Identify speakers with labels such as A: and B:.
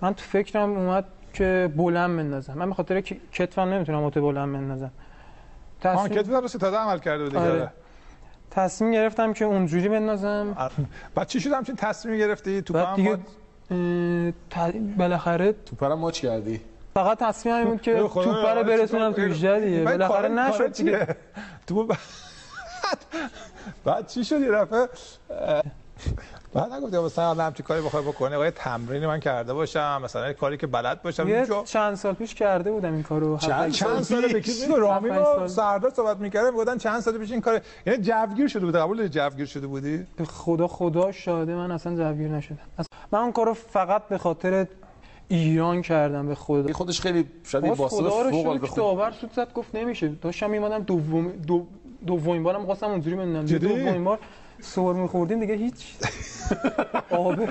A: من تو فکرم اومد که بلند بندازم من به خاطر که کتفم نمیتونم اوت بلند بندازم
B: آن
A: تصمیم,
B: کتف در ستاده عمل کرده بود دیگه
A: آره.
B: آره.
A: تصمیم گرفتم که اونجوری بندازم
B: آره. بعد چی شد همچین تصمیم گرفتی تو
A: بعد
B: هم
A: دیگه
B: دیگه...
A: اه، ت- بالاخره
C: تو پرم ماچ کردی
A: فقط تصمیم این بود که
B: ای خدا،
A: توپ رو
B: آره،
A: برسونم
B: چیکار
A: تو
B: کنی؟
A: 18 دیگه
B: بعد
A: بالاخره
B: کارت-
A: نشد
B: کارت
A: دیگه
B: چیه؟ تو بعد بعد چی شد یه دفعه اه، بعد نگفتم مثلا الان همچین کاری بخوای بکنه آقا یه تمرینی من کرده باشم مثلا یه کاری که بلد باشم
A: یه
B: اینجا-
A: چند سال پیش کرده بودم این کارو
C: چند
A: هفت-
B: چند سال به کی رامی
A: هفت-
B: با
A: سال.
B: سردار صحبت می‌کردم می‌گفتن چند سال پیش این کار یعنی جوگیر شده بود قبول داری جوگیر شده بودی
A: به خدا خدا شاده من اصلا جوگیر نشدم اصلا من اون کارو فقط به خاطر ایران کردم به خدا
C: این خودش خیلی شاید یه
A: باز
C: باسته
A: خدا رو
C: فوق
A: شد
C: العاده
A: که
C: خوب
A: داور سود زد گفت نمیشه داشتم میمادم دوم دو دومین بارم خواستم اونجوری بندم
B: جدی؟
A: دومین بار سر میخوردیم دیگه هیچ آبه